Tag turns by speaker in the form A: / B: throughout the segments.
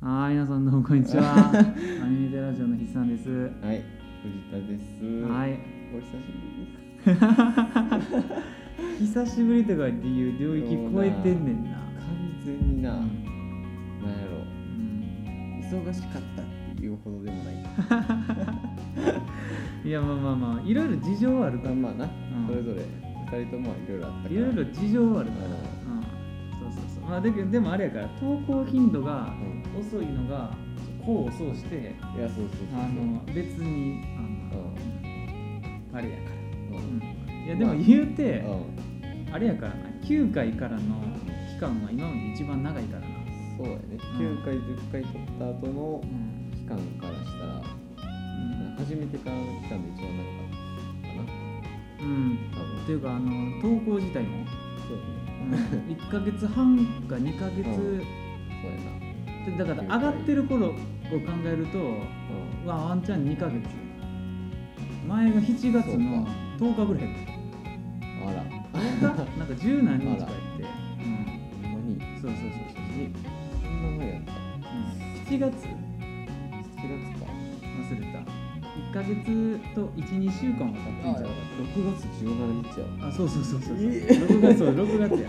A: はい、皆さんどうもこんにちは。アニメテラジオの筆さんです。
B: はい、藤田です。
A: はい。
B: お久しぶりです。
A: 久しぶりとかっていう領域超えてんねんな。
B: 完全にな、
A: う
B: なん
A: ん
B: やろ忙しかったっていうほどでも ない。
A: いやまあまあまあいろいろ事情はあるか
B: まあ
A: ら
B: まあな、
A: ん
B: それぞれ二人ともいろいろあったから。
A: いろいろ事情はあるから、
B: う
A: うんん、そうそうそうまあだけどでもあれやから投稿頻度が
B: う
A: 遅いのが功を奏して
B: ん。いやそうそうそうそう。
A: あの別にあの、あれやから、うん、いやでも言うて、
B: うん、うん、
A: あれやからな9回からの期間は今まで一番長いからな、
B: そうやね。九回十回取った後の
A: うん
B: 期間からしたら、初めてからの期間で一番長かったか
A: うんうん、
B: な。多分
A: っていうかあの投稿自体も、
B: そうやね。
A: うん、1か月半か2か月、
B: うんそうやな。
A: でだから上がってる頃を考えると
B: うん。
A: わワンチャン2ヶ月前が7月の10日ぐらいだっ
B: あら、
A: たなんか十何日かやって、
B: ほんまに。
A: うん、そうそうそうそう、
B: にそんな前やった。
A: うん、7月
B: 7月か。
A: 忘れた1ヶ月と12週間は経ってんじゃなかっ
B: 6月17日や
A: た
B: わ
A: あそうそうそうそうそう
B: え
A: 6月そう6月や7月やった普通
B: マジ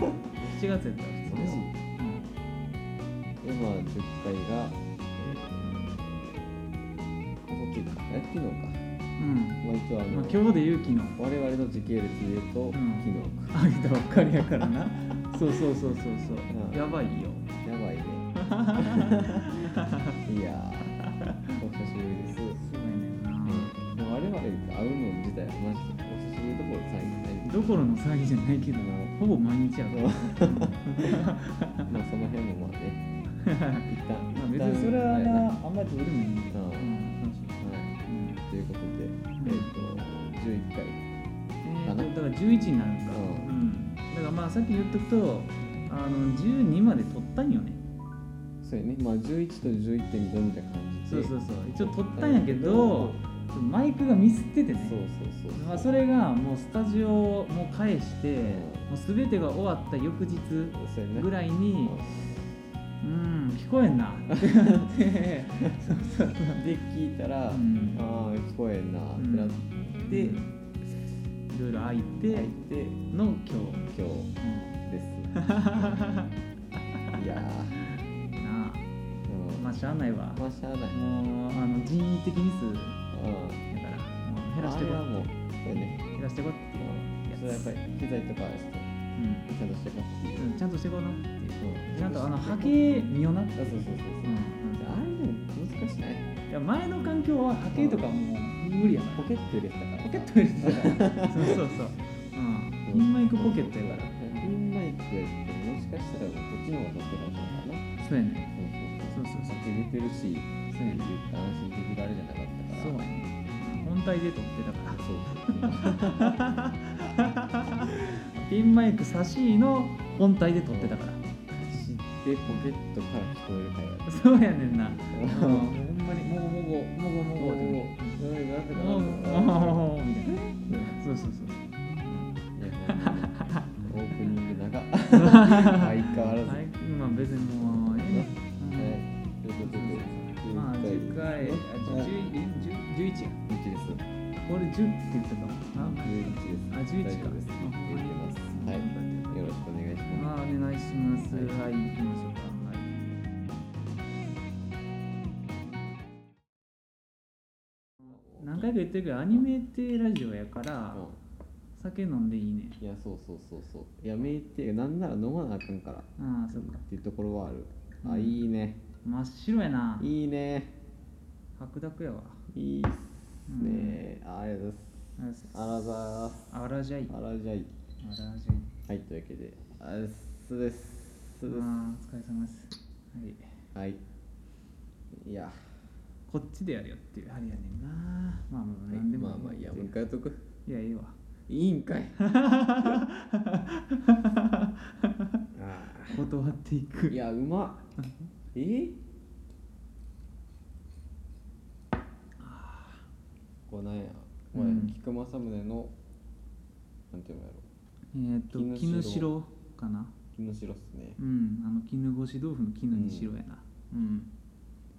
A: にう
B: でまあ10回がえー昨日かえ昨日か
A: ん、
B: まあ一応あ
A: うん
B: の、
A: まあ、今日で勇気の
B: 我々の時系列で言うと、
A: ん
B: 昨
A: あげたばっかりやからなそうそうそうそうそう、
B: うん
A: やばいよ
B: 日かや ばいねいやーお久しぶりです、
A: すごいねんな、
B: うん、でも我々と会うの自体はマジでお久しぶりどころ最近ない
A: どころの騒ぎじゃないけどほぼ毎日やから、
B: まあその辺もまあね一旦
A: まあ、別にそれはあんまあんまりどうでもいいんだけど、
B: うん
A: うん
B: はい
A: うん
B: ということで、えっ、と11回
A: えーとだから11になるんか、
B: うん
A: うんだからまあさっき言っとくとあの12まで取ったんよね
B: そうやねまあ11と11.5みたいな感じ
A: そう
B: で
A: そううそう一応取ったんやけどマイクがミスっててね
B: そうそうそう
A: まあ、それがもうスタジオをもう返して、
B: ん
A: もう全てが終わった翌日
B: そうやね
A: ぐらいに
B: うん
A: 「うん聞こえん な」ってなってそうそうそう
B: で聞いたら、
A: うん
B: ああ聞こえんなーってなって、
A: でいろいろ空いて
B: 入って
A: の今日、
B: 今
A: うん
B: 日ですいや
A: な
B: ー、う
A: あ
B: ん、
A: まあしゃあないわ
B: まあしゃあない、
A: もうあの人員的ミス
B: うん、
A: だからもう減らして
B: あ
A: こ
B: れはもう
A: う
B: そうやね、
A: 減らしてこうっていうや
B: うん、それはやっ
A: つ
B: ぱり機材とかして
A: う
B: ちゃんとしてこうっていう、
A: んうんちゃんとしてこうなっていう
B: う
A: ちゃん
B: ん
A: とあの波形見よなって
B: あそうそうそ
A: う
B: うそう、
A: ん
B: あれでも難しない
A: いや前の環境は波形とかもう無理やから
B: ポケット入れてたか
A: ポ
B: ら
A: ケット入れてたからそうそうそううんピンマイクポケットやから
B: ピンマイクやってもしかしたらこっちの方が取ってるかもしれないな
A: そうやね
B: そ
A: そううそうそう
B: さっき出てるし
A: そうやね
B: 安心できるあれじゃなかったから
A: そうやね本体で撮ってたから
B: そう
A: ピンマイク差し入の本体で撮ってたから
B: 知ってポケットから聞こえる会話
A: そうやねんな、うん、
B: ん
A: ほんまにもごもごもごもごってね
B: そういうなんとか
A: もご
B: なんとか
A: もごみたいなそうそうそう
B: いやほんまにオープニング長っ相変わらず
A: は
B: はいい
A: まあ別にもうええねうん
B: ということで
A: まあ10回あ
B: はい
A: 10 11や
B: 11です
A: 俺10って言ってたかな
B: 11
A: あ
B: です
A: 11か
B: 大丈夫です入れてますはいよろしくお願いしま
A: まあ
B: す
A: お願いします。
B: はい
A: はい、行きましょうか。はい。何回か言ってるけど、アニメってラジオやから、
B: う
A: 酒飲んでいいね。
B: んいやそうそうそうそうやめてなんなら飲まなあかんから
A: ああ、そうか
B: っ。ていうところはある、
A: う
B: あ
A: ん
B: いいね
A: 真っ白やな。
B: いいね
A: 白濁やわ。
B: いいっすね、ありがとうございますあらざーす
A: あらじゃい。
B: あらじゃい
A: あらじゃい。
B: はいというわけであれっすです
A: ああ、お
B: す
A: 疲
B: です
A: れ様です。はい。
B: はいいや
A: こっちでやるよっていうあれやねんな。まあまあ、なんでも
B: まあまあいや
A: い
B: もう一回やっとく
A: いや、いいわ。
B: いい んかいあ
A: 断ってい
B: あ
A: く。
B: いやうまっえこれなんやこれ
A: うん
B: 菊間宗のなんていうのやろ
A: えーっと
B: 絹
A: 絹
B: 白
A: 白かな
B: 木の白っすね
A: うんあの絹ごし豆腐の絹に白やなうん、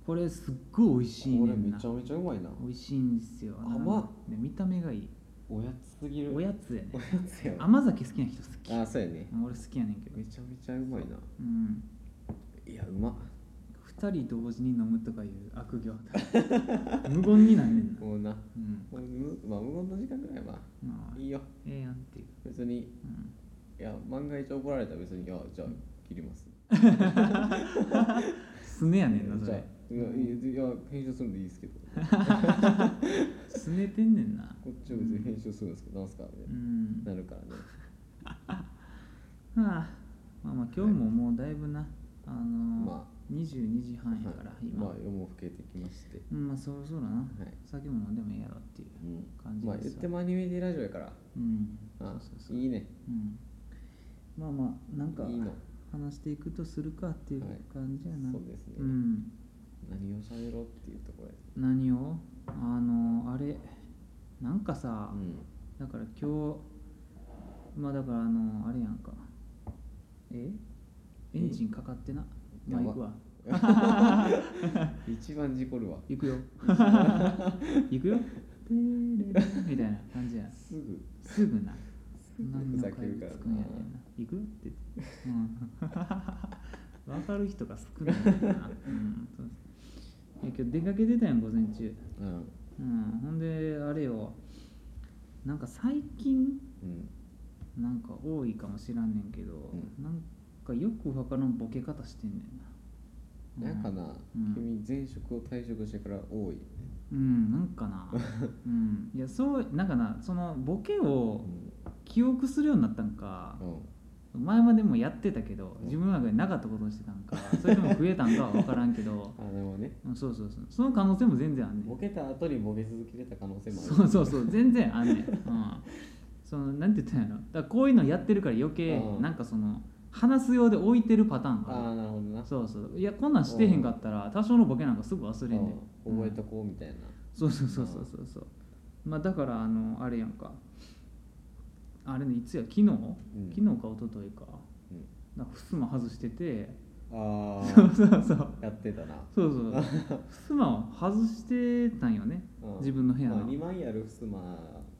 A: これすっごい美味しい
B: これ
A: ねん
B: め
A: な
B: ちゃめちゃうまいな
A: 美味しいんですよ
B: 甘っ
A: なんかね見た目がいい
B: おやつすぎる
A: おやつやね
B: おやつやわ
A: 甘酒好きな人好き
B: あそうやね
A: 俺好きやねんけど
B: めちゃめちゃうまいな
A: うん
B: いやうまっ
A: 2人同時に飲むとかいう悪 行無言になんねんな
B: もうな
A: うん
B: まあむまあ無言の時間ぐらいはまあ
A: まあ
B: いいよ
A: ええやんっていう、
B: 別に
A: うん、
B: いや万が一怒られたら別にいやじゃあ切ります
A: すねやねんなそ
B: じゃあ
A: れ
B: いやいやいや編集するんでいいですけど
A: すねてんねんな
B: こっちは別に編集するんですけどなんすかみたいうなんなるからね
A: はあまあまあ今日ももうだいぶなあのー
B: ま
A: 22時半やから
B: はい
A: 今、
B: まあ夜も更けてきまして
A: うんまあそろそろな、
B: はい
A: 酒も飲んでもええやろっていう感
B: ん
A: じ
B: まあ
A: で
B: 言っ
A: す
B: て
A: わ
B: もアニメでラジオやから
A: うん
B: あ
A: そうそうそう
B: いいね
A: うんまあまあなんか
B: いいの
A: 話していくとするかっていう
B: はい
A: 感じやな、
B: そうですね
A: うん
B: 何を喋ろうっていうところや
A: 何をあのあれなんかさ、
B: うん
A: だから今日まあだからあのあれやんかえエンジンかかってなまあ
B: やば
A: 行くわ
B: 一番事故るわ
A: 行 くよ行くよてれれみたいな感じや
B: すぐ
A: すぐな
B: ぐ
A: 何の
B: ふざけ
A: 怪
B: る
A: 物
B: からな
A: くんやねんな行くよって言ってうん分かる人が少ないねんな、うん、そういや今日出かけてたやん午前中、
B: うん
A: うん、ほんであれよなんか最近
B: うん
A: なんか多いかもしらんねんけど、
B: う
A: なんかよくわからんボケ方してんねんな。
B: なんかな、
A: うん
B: 君前職を退職してから多い、
A: うん、なんか な、うん、いやそうなんかなそのボケを記憶するようになったんか
B: う、ん
A: 前までもやってたけど
B: うん
A: 自分の中でなかったことをしてたんかそれとも増えたんかは分からんけど
B: あでもね
A: うんそうそうそうその可能性も全然あんねん
B: ボケた後にボケ続けてた可能性もある
A: そうそうそう全然あんねん、 うん、そのなんて言ったんやろだからこういうのやってるから余計
B: うん
A: なんかその話す用で置いてるパターンがある
B: ああなるほどな
A: そうそういやこんなんしてへんかったら多少のボケなんかすぐ忘れんで
B: うん覚えとこうみたいな、
A: そうそうそうそうそうそうまあだからあのあれやんかあれねいつや昨日、昨日か一昨日か
B: うん
A: なんかふすま外してて
B: あ
A: そう
B: あ
A: そうそう
B: やって たな、
A: そうそうふすまを外してたんよね
B: うん
A: 自分の部屋の
B: まあ、2枚あるふすま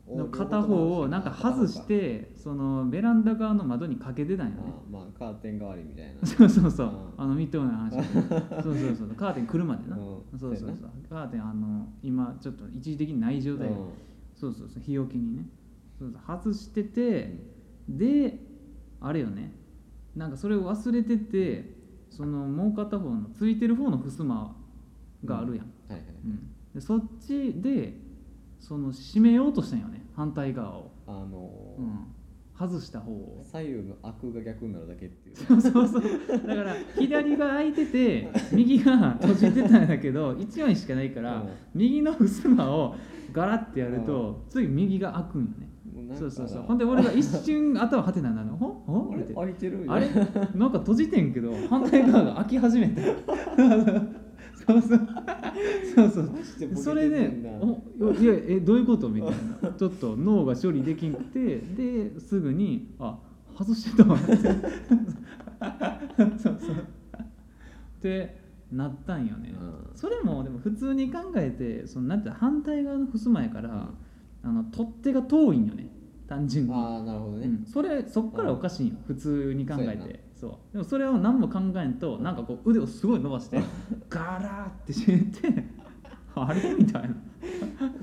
B: を
A: の片方をなんか外してそのベランダ側の窓にかけてたんよ
B: あ
A: ね
B: ーまあカーテン代わりみたいな
A: そうそうそううんあの見てもない話やけどそうそうそうカーテン来るまでな
B: うん
A: そうそう
B: そうや
A: そうカーテンあの今ちょっと一時的にない状態で
B: うん
A: そうそうそう日よけにねそうそう外しててであれよねなんかそれを忘れててそのもう片方のついてる方の襖があるやん、
B: はいはい
A: うんでそっちでその閉めようとしたんよね反対側を、
B: あの
A: う
B: ー
A: ん、外した方を
B: 左右のアクが逆になるだけっていう
A: そうそうそうだから左が開いてて右が閉じてたんだけど1枚しかないから、
B: うん
A: 右の襖をガラッてやると、次右が開くんよね
B: もなんか
A: そうそうそう
B: な
A: ほんで俺が一瞬頭はてなになるのほほ
B: あ
A: っ
B: れ
A: て
B: 開いてる
A: あれなんか閉じてんけど反対側が開き始めて そうそうそうそう
B: マジでボケてんねんな
A: それで「おいやえどういうこと?」みたい なちょっと脳が処理できんくてですぐに「あ外してた わ」ってそうそうってなったんよね、
B: うん
A: それもでも普通に考えてそのなんていうの反対側の襖やから、あの取っ手が遠いんよね単純に。
B: ああなるほどね、
A: うん、それそっからおかしいよ普通に考え
B: そうやな
A: てそうでもそれを何も考えんとなんかこう腕をすごい伸ばして ガラーって閉めて あれみたいな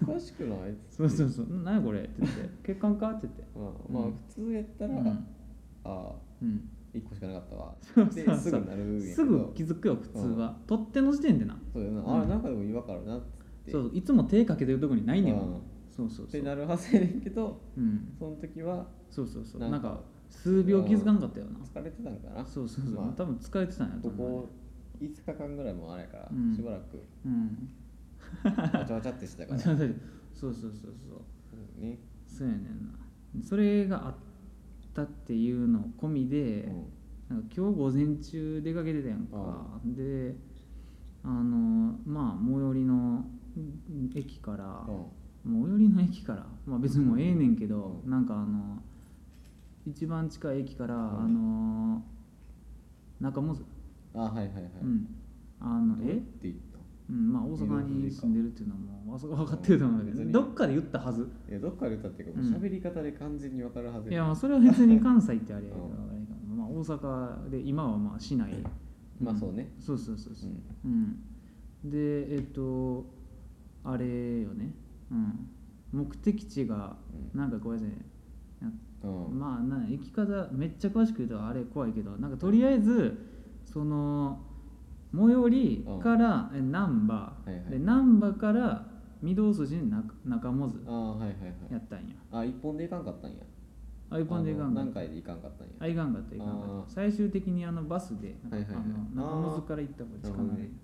B: おかしくない
A: そうそうそう「何やこれ」って言って 「血管か?」って言って
B: まあ、まあ
A: うん
B: 普通やったら、
A: うん
B: ああ
A: うん
B: 一個しかなかったわ
A: そう
B: で
A: そう
B: す
A: そ
B: ぐなるん
A: う
B: やけど
A: すぐ気づくよ普通は、取っ手の時点でな
B: そうだよな、
A: うん
B: あれなんかでも違和感あるなって
A: そういつも手かけてるとこにないねんもん
B: うん
A: そうそう
B: っ
A: そ
B: て
A: う
B: なるはずやねんけど
A: うん
B: その時は
A: そうそうそう
B: な
A: なんん
B: か
A: か数秒気づかんかったよな
B: 疲れてたんかな
A: そうそうそう、
B: まあ
A: 多分疲れてたんやと
B: こ
A: 思うね
B: こ5日間ぐらいもあれやから、
A: うん
B: しばらく
A: うん
B: わちゃわちゃってしてた から
A: そうそうそうそう
B: ね、
A: そうやねんなそれがあったっていうの込みで、
B: うん
A: なんか今日午前中出かけてたやんかであのまあ最寄りのうん駅から、最寄りの駅からまあ別にもうええねんけど、
B: うん
A: なんかあの一番近い駅から、
B: ん
A: あの中本、
B: あはいはいはい、
A: うんあの
B: どうやっ
A: え
B: て行った
A: 大阪に住んでるっていうのはもうあそこ分かってると思うけ
B: 別
A: ど
B: に
A: どっかで言ったはず
B: いやどっから歌っていうか
A: うん
B: 喋り方で完全に分かるはず
A: いや
B: ま
A: ま
B: あ
A: あそれは別に関西ってあれやけど、
B: うん
A: あれやけどまあ、大阪で今はまあ市内、
B: まあ
A: ん
B: そうね
A: そうそうそうそう
B: うん
A: うん、でえっとあれよね、うん、目的地がなんかこれね、
B: うん
A: まあな生き方めっちゃ詳しく言うとあれ怖いけどなんかとりあえずその最寄りからえ難波、
B: はいはい
A: で難波から御堂筋に中中本
B: ああはいはいはい
A: やったんや
B: あ一本でいかんかったんや
A: アイコンでいかんか
B: あの
A: った
B: 何回でいかんかったんや
A: あいかんかったいかんか
B: あ
A: った
B: ー
A: 最終的にあのバスでなんか
B: はいはいはい
A: あの中本から行った方が近
B: あー
A: く
B: なるほど
A: で
B: ね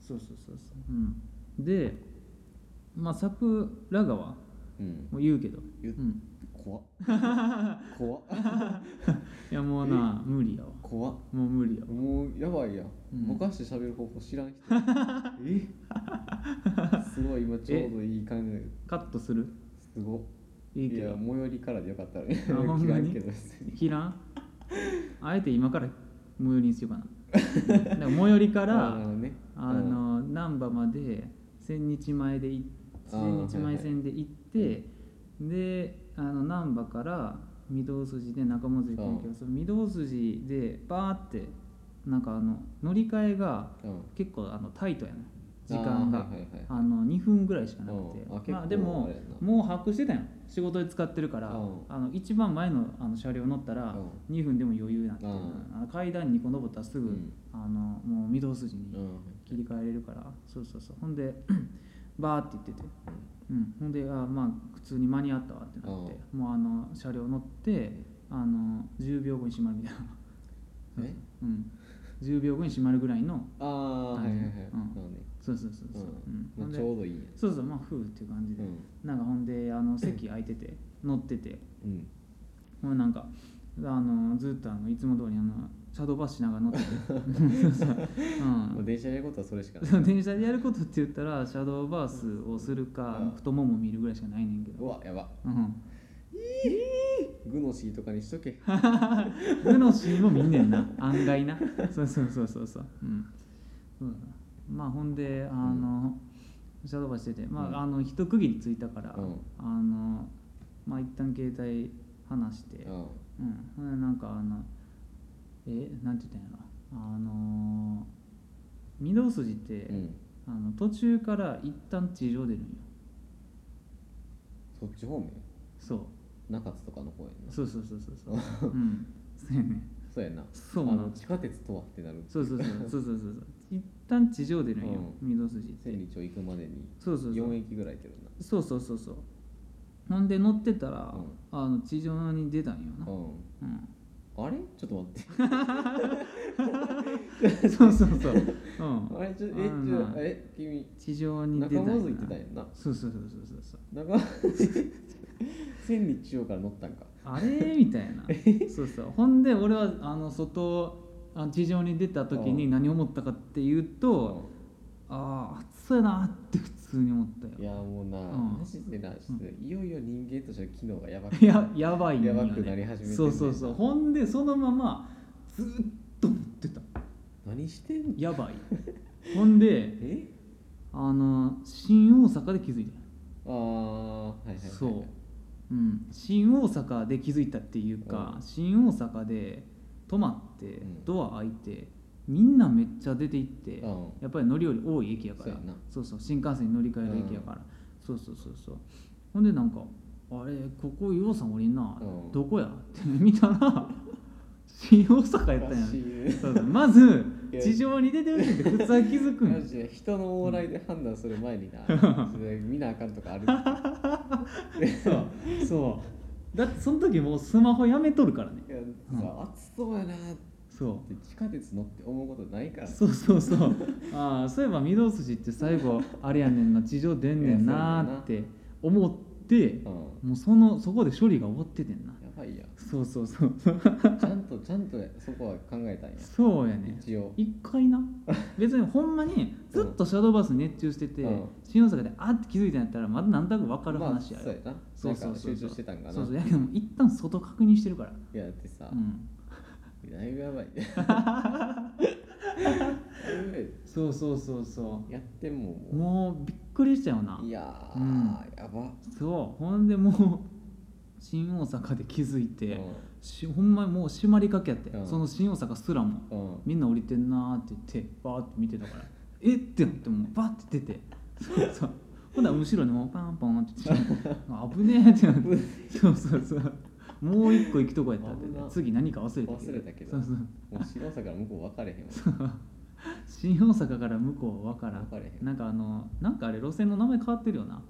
A: そうそうそうそう、うん、でまあ桜川も
B: うん
A: う言うけど、う
B: 言っ
A: ん、
B: 怖 っ怖っ
A: いやもうな無理やわ
B: 怖っ
A: もう無理やわ
B: もうやばいやん、
A: うん
B: ぼかして喋る方法知 らん人えすごい今ちょうどいい感じ
A: カットする
B: すごっ
A: いいけ
B: や
A: ど
B: 最寄りからでよかったらね
A: あほんまに
B: 嫌いけど別に
A: 切らんあえて今から最寄りにしようかな だから最寄り か
B: あ
A: ら
B: のね
A: あの難波まで千日前でい
B: あー
A: 千日前線で行って、であの難波から御堂筋で中本筋行くんやけどその御堂筋でバーってなんかあの乗り換えが
B: うんうん
A: 結構あのタイトやな時間が
B: あーはいはいはい
A: あの2分ぐらいしかなくて
B: うんあ結構
A: まあでも
B: あれやな
A: もう把握してたよ仕事で使ってるから
B: うん
A: あの一番前のあの車両乗ったら2分でも余裕なんて
B: うん
A: あの階段2個登ったらす
B: う
A: ぐ
B: ん
A: あのもう御堂筋
B: う
A: に
B: ん
A: 切り替えれるからそうそうそうほんで バーって言っててうんほんであーまあ普通に間に合ったわってなってもうあの車両乗ってあの10秒後に閉まるみたいな
B: え
A: うん10秒後に閉まるぐらいの
B: ああはいはいはい、
A: う
B: うんん、そうね
A: そうそうそう
B: う
A: そう、うん
B: ん、
A: ほん
B: まあ、
A: で
B: ちょうどいいや
A: そうそうまあふうっていう感じで、
B: うん
A: なんかほんであの席空いてて乗ってて
B: うん
A: もうなんかあのずっとあのいつも通りあのシャドーバスしながら乗って てそうそう、う
B: まあ、
A: ん
B: 電車でやることはそれしかない
A: そう、電車でやることって言ったらシャドーバースをするか、
B: うん
A: 太もも見るぐらいしかないねんけ
B: う
A: ど、
B: わやば
A: うん、
B: グのシーとかにしとけ
A: グのシーンも見んねんな案外なそうそうそうそうそう、うん、そうだまあほんであの、シャドーバーしててまあ,、
B: うん
A: あの一区切りついたから、
B: うん
A: あのまあ一旦携帯離して、
B: う
A: う
B: ん
A: ん、ほんでなんかあのえなんて言ったんやろあのー御堂筋って、
B: うん
A: あの途中から一旦地上出るんよ
B: そっち方面
A: そう
B: 中津とかの方やな
A: そうそうそうそうそううんそうやね
B: そうやな
A: そうな
B: あ
A: の
B: の地下鉄とはってなる
A: そうそうそうそうそうそうそう一旦地上出るんよ御堂筋って
B: 千里町行くまでに
A: そうそうそう
B: 4駅ぐらい出るな
A: そうそうそうそうほんで乗ってたら、
B: うん
A: あの地上に出たんよな、
B: う
A: うん
B: んあれちょっと待って
A: そうそうそう、うん、
B: あれちょえ
A: あの
B: ちょ
A: な
B: え君
A: 地上に出た
B: 中
A: んよ
B: 本
A: な
B: 行ってたんやんな
A: そうそうそうそうそうそう
B: 中 千里中央から乗ったんか
A: あれみたいなそうそうほんで俺はあの外あ地上に出た時
B: う
A: に
B: ん
A: 何思ったかっていうとああ暑いなって普通に思った
B: い
A: よ
B: やもうな、
A: うん
B: マジでな、ちょっといよいよ人間としての機能がやば く
A: いややばいんよ、ね、
B: やばくなり始めてんねんな
A: そうそうそうほんでそのままずっと持ってた
B: 何してんの
A: やばいほんで
B: え
A: あの新大阪で気づいた、
B: ああはいはいはいはい
A: そう、うん、新大阪で気づいたっていうか、新大阪で泊まって
B: うん
A: ドア開いてみんなめっちゃ出て行って、
B: うん
A: やっぱり乗り降り多い駅やから
B: そうやな
A: そうそう新幹線に乗り換える駅やから、そうそうそうそうほんでなんか「あれここ岩尾さんおりんな、
B: うん
A: どこや?」って見たら新大阪やったんや
B: ら しいね
A: そうそうまず
B: いや
A: 地上に出てるって普通は気づくん
B: マ
A: や
B: ジで人の往来で判断する前にな、それ見なあかんとか あるい
A: そうそうだってその時もうスマホやめとるからね
B: やさ暑そうやなって
A: そ
B: 地下鉄乗って思うことないから
A: うそうそうそうああそういえば御堂筋って最後あれやねんな地上出んねんなーって思って
B: うん、
A: もうそのそこで処理が終わっててんな
B: やばいや
A: そうそうそう
B: ちゃんとちゃんとそこは考えたんや
A: そうやね
B: 一応
A: 一回な別にほんま にずっとシャドーバスに熱中してて、
B: うん
A: 新大阪であーって気づいたんやったらまだ何となく分かる話や
B: ま
A: よ、
B: あ、そうやな
A: そうそうそう
B: なんか集中してたんかな
A: そうそうやけども一旦外確認してるから
B: いやだってさ
A: う、ん
B: だいぶやばいねだいぶやばい
A: そうそうそうそ
B: やっても
A: うもうびっくりしたよない
B: やー、
A: うん
B: やば
A: そうほんでもう新大阪で気づいて、
B: う
A: しほんまにもう閉まりかけやって、
B: うん
A: その新大阪すらも
B: んうん
A: みんな降りてんなーって言ってバーって見てたから「えっ?」てなってもうバーって出てそうそうほんなら後ろにもうパンパンって来て「あ危ねえ」ってなってそうそうそうもう一個行くとこやったって
B: 危な
A: 次何か忘れた
B: 忘れたけど
A: そうそう
B: もう白さから向こう分かれへんわ
A: 新大阪から向こうは分からん
B: 分かれへん
A: なんかあのなんかあれ路線の名前変わってるよな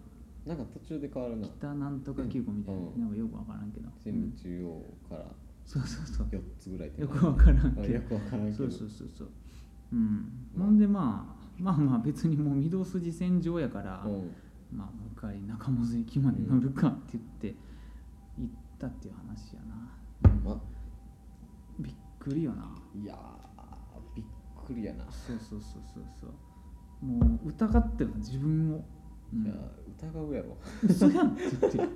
B: なんか途中で変わるな
A: 北なんとか急行みたいな、
B: うん
A: なんかよく分からんけど、う
B: 全
A: ん
B: 部中央から
A: そうそうそう
B: 4つぐらいって
A: よく分からん
B: あ
A: け
B: よ
A: ど
B: く分からんけ
A: そ
B: ど
A: うそうそうそううんほんでまあまあまあ別にもう御堂筋線上やから、
B: うん
A: まあもう一回中本駅まで乗るかって言って行ったっていう話やな、
B: ま
A: びっくりよない
B: やーびっくりやな、
A: そうそうそうそうそうもう疑ってよ自分を、うん
B: いや疑うやろ
A: 嘘やんって言って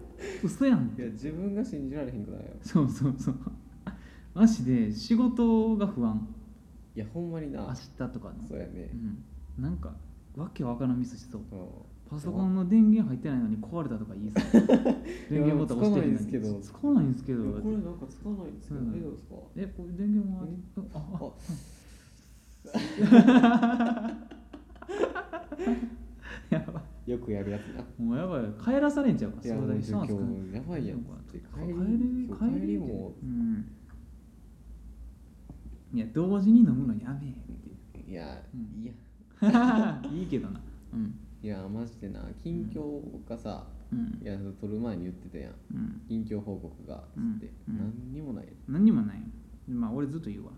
A: 嘘やんっ
B: い
A: て
B: や自分が信じられへんくないよ
A: そうそうそうマジで仕事が不安
B: いやほんまに
A: 明
B: な
A: 日とかの
B: そうやね
A: うん、なんかわけわからんミスしそう
B: うん
A: パソコンの電源入ってないのに壊れたとか言いそう 電源ボタン押してるのに
B: いや使わないんですけど
A: 使わないんですけ
B: い
A: ど
B: やこれなんか使わないんですけど
A: うん
B: 大丈夫ですか
A: えこれ電源は
B: え
A: ああ
B: あ
A: やば
B: よくやるやつな。
A: いもうやばい帰らされんちゃうか
B: いや、も
A: に
B: う今
A: んすか
B: 日やばいやん。帰
A: 帰
B: り
A: り、
B: 今日
A: 帰
B: 帰
A: り
B: りも、
A: うんいや同時に飲むのやめえ っていう
B: いや、
A: うん
B: いや、
A: いいけどなうん
B: いや、マジでな、近況がさ、
A: うん
B: いや、撮る前に言ってたやん。
A: うん
B: 近況報告が、つって、
A: うん
B: 何にもない。
A: 何にもないよまあ俺ずっと言うわ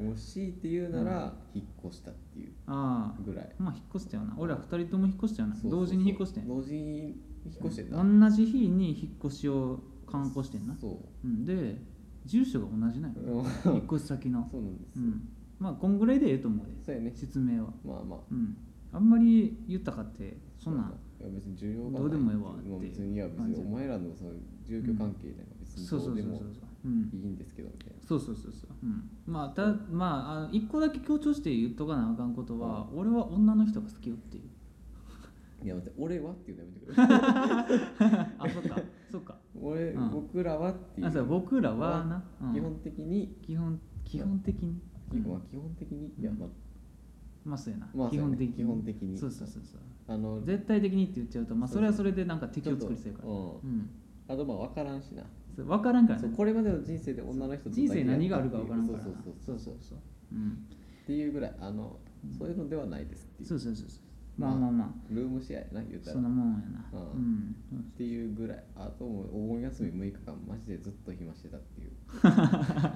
B: もう強いて言うなら、引っ越したっていう
A: あ
B: ぐらい。
A: あまあ引っ越したよな俺ら二人とも引っ越したよな
B: そうそうそう
A: 同時に引っ越してん
B: 同時に引っ越してんな。
A: 同じ日に引っ越しを観光してんな
B: そう。
A: うんで住所が同じなんよ
B: うんそ
A: 引っ越し先の
B: うなんです
A: う
B: よ。
A: んまあこんぐらいでええと思うで
B: そうやね。
A: 説明は
B: まあまあ。
A: うんあんまり豊かってそんない
B: や別に重要がない
A: どうでもええわ
B: まあ
A: っていう
B: 別にいや別
A: 感
B: に
A: じ
B: お前らのその住居関係なんか別に
A: そうそ
B: ど
A: う
B: う
A: そ
B: で
A: うそう
B: も
A: そううん
B: いいんですけどみたいな
A: そうそうそうそう、うん、まあたまああの一個だけ強調して言っとかなあかんことは、俺は女の人が好きよっていう
B: いや待って俺はっていうのやめてくれ
A: あそっ かそっか
B: 俺、
A: うん
B: 僕らはっていう
A: あそう僕らはな、うん
B: 基本的に、
A: 基本基本的に、うん
B: まあ基本的にいやまあ
A: まあそうやな、
B: まあ
A: 基本的に
B: そうやね基本的に
A: そうそうそうそう
B: あの
A: 絶対的にって言っちゃうとまあ
B: そ
A: そう
B: そう
A: れはそれでなんか敵を作りそう
B: ちょ
A: や
B: っ
A: か
B: と
A: らうん
B: うんあとまあ分からんしな、
A: それ分からんから
B: そう
A: ね
B: これまでの人生で女の人と
A: 人生何があ
B: だ
A: る
B: け
A: か
B: や
A: 分
B: った
A: か
B: っ
A: ら
B: て
A: ん
B: い
A: か
B: う
A: らな
B: そうそうそ
A: そ
B: うそうそう
A: ううん
B: っていうぐらいあのそういうのではないですっていう
A: そうそうそうそう
B: ま
A: ま
B: あ
A: あまあま
B: ルームシェアやな言う
A: あ
B: た
A: そ
B: ら
A: んな
B: っ
A: もんやな
B: うん
A: うん
B: ていうぐらいあともうお盆休み6日間マジでずっと暇してたっていう そ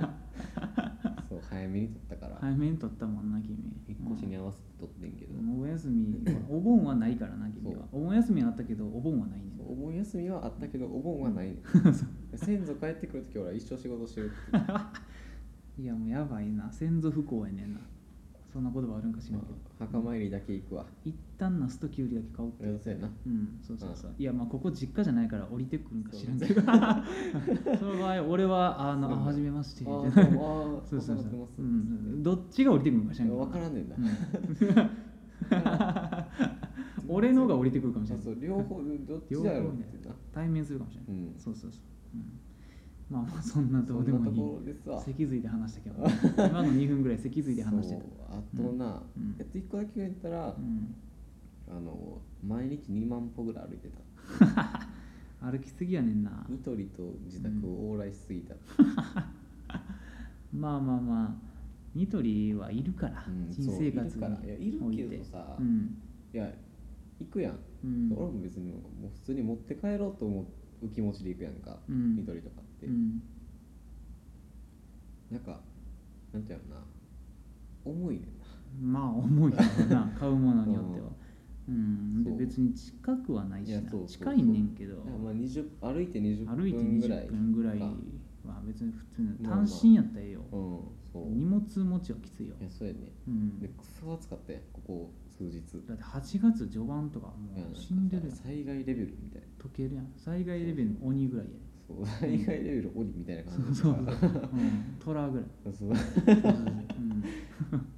B: う早めに取ったから
A: 早めに取ったもんな君
B: 引っ越しに合わせて取ってんけど、
A: うんお盆休みお盆はないからな君はお盆休みはあったけどお盆はないねん
B: そうお盆休みはあったけどお盆はない、先祖帰ってくるとき俺は一生仕事してるっていう
A: いやもうやばいな先祖不幸やねんなそんな言葉あるんか知らんけど
B: まあ墓参りだけ行くわ
A: 一旦ナスとキュウリだけ買おうって
B: うるせえ な
A: うん、そうそうそう。いや、まあ、ここ実家じゃないから降りてくるんか知らんけど、 その場合、俺は、あ
B: そう
A: の、
B: ね
A: あ、はじめまして。
B: あ
A: み
B: ー
A: たいな
B: どうもあー
A: そうそうそ
B: わかっ
A: う
B: てます、
A: う
B: つって
A: ん。どっちが降りてくるんか知らんけど
B: 分か
A: な。
B: らんねんな、
A: 俺の方が降りてくるかもしれない
B: そう。両方どっちだろうってな
A: 対面するかもしれない。
B: うん
A: そうそうそう。うんまあまあ、そんなどうでも
B: そん
A: い
B: なと
A: い
B: こ。ろですわ
A: 脊髄で話したけど、今の2分ぐらい脊髄で話してた
B: そう。あとな、
A: うん
B: えっと一個だけ言ったら、
A: うん
B: あの毎日2万歩ぐらい歩いてた
A: 歩きすぎやねんな。
B: ニトリと自宅を往来しすぎた、
A: まあまあまあ、ニトリはいるから、
B: うん
A: 新生活
B: そういるからいやい
A: におい
B: るけ
A: て
B: ど。さ、
A: うん
B: いや行くやん、
A: うん
B: 俺も別にもう普通に持って帰ろうと思う気持ちで行くやんか、
A: うん
B: 緑とかって、
A: うん
B: なんかなんていうのかな重いねんな
A: まあ重いから な買うものによってはうんで
B: そう
A: 別に近くはないし
B: いや
A: な
B: そうそう
A: 近いねんけど
B: だからまあ20歩いて20
A: 歩いて
B: 分ぐらい
A: 20分ぐらい
B: か
A: は別に普通の
B: まあまあ
A: 単身やったらええよ
B: うんそう
A: 荷物持ちはきついよ
B: いやそうやね
A: うん
B: でクソ暑かったやんここ数日
A: だって8月序盤とか
B: いや
A: も
B: なん
A: う
B: か
A: 死んでるやん溶
B: 災害レベルみたいな
A: けるやん災害レベルの鬼ぐらいや
B: そう災害レベル鬼みたいな
A: そ
B: 感
A: う
B: じだ
A: そう
B: か
A: そう、うん、虎ぐらい
B: らそ
A: そ
B: う
A: うそうそう